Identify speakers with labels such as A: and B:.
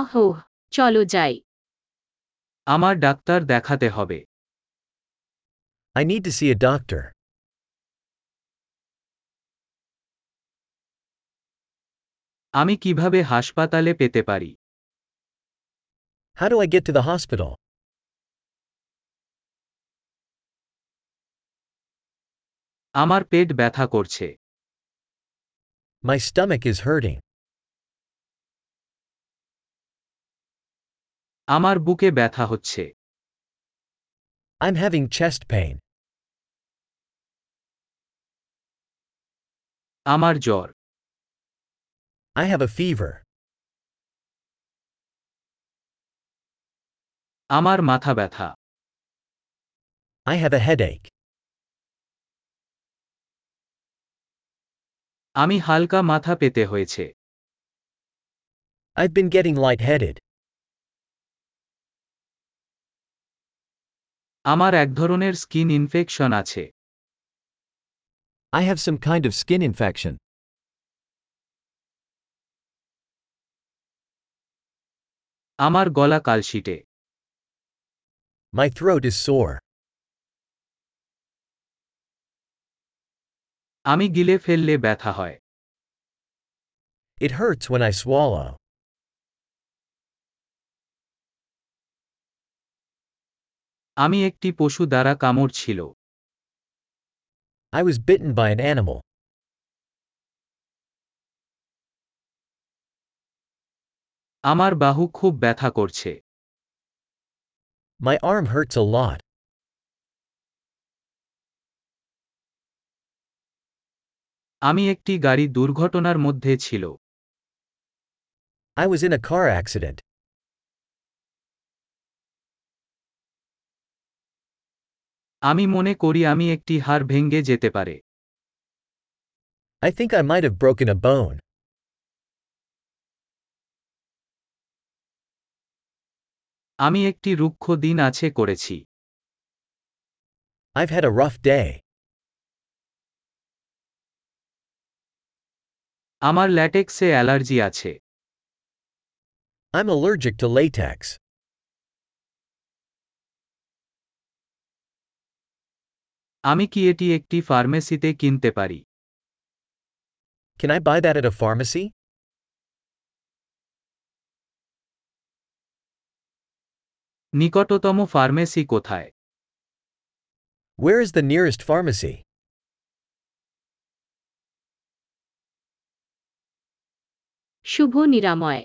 A: আহো চলো যাই
B: আমার ডাক্তার দেখাতে হবে
C: I need to see a doctor.
B: আমি কিভাবে হাসপাতালে পেতে পারি
C: How do I get to the hospital?
B: আমার পেট ব্যথা করছে
C: My stomach is hurting.
B: আমার বুকে ব্যথা হচ্ছে
C: I'm having chest pain.
B: আমার জ্বর
C: I have a fever.
B: আমার মাথা ব্যথা
C: I have a headache.
B: আমি হালকা মাথা পেতে হয়েছে
C: I've been getting lightheaded.
B: আমার এক ধরনের স্কিন ইনফেকশন আছে
C: I have some kind of skin infection.
B: আমার গলা কালশিটে
C: My throat is sore.
B: আমি গিলে ফেললে ব্যথা হয়
C: It hurts when I swallow.
B: আমি একটি পশু দ্বারা কামড় ছিল
C: I was bitten by an animal.
B: আমার বাহু খুব ব্যথা করছে
C: My arm hurts a lot.
B: আমি একটি গাড়ি দুর্ঘটনার মধ্যে ছিল
C: I was in a car accident.
B: আমি মনে করি আমি একটি হাড় ভেঙে যেতে পারে
C: I think I might have broken a bone.
B: আমি একটি রুক্ষ দিন আছে করেছি
C: I've had a rough day.
B: আমার ল্যাটেক্সে অ্যালার্জি আছে
C: I'm allergic to latex.
B: আমি কি এটি একটি ফার্মেসিতে কিনতে পারি
C: Can I buy that at a pharmacy?
B: নিকটতম ফার্মেসি কোথায়
C: Where is the nearest pharmacy?
A: শুভ নিরাময়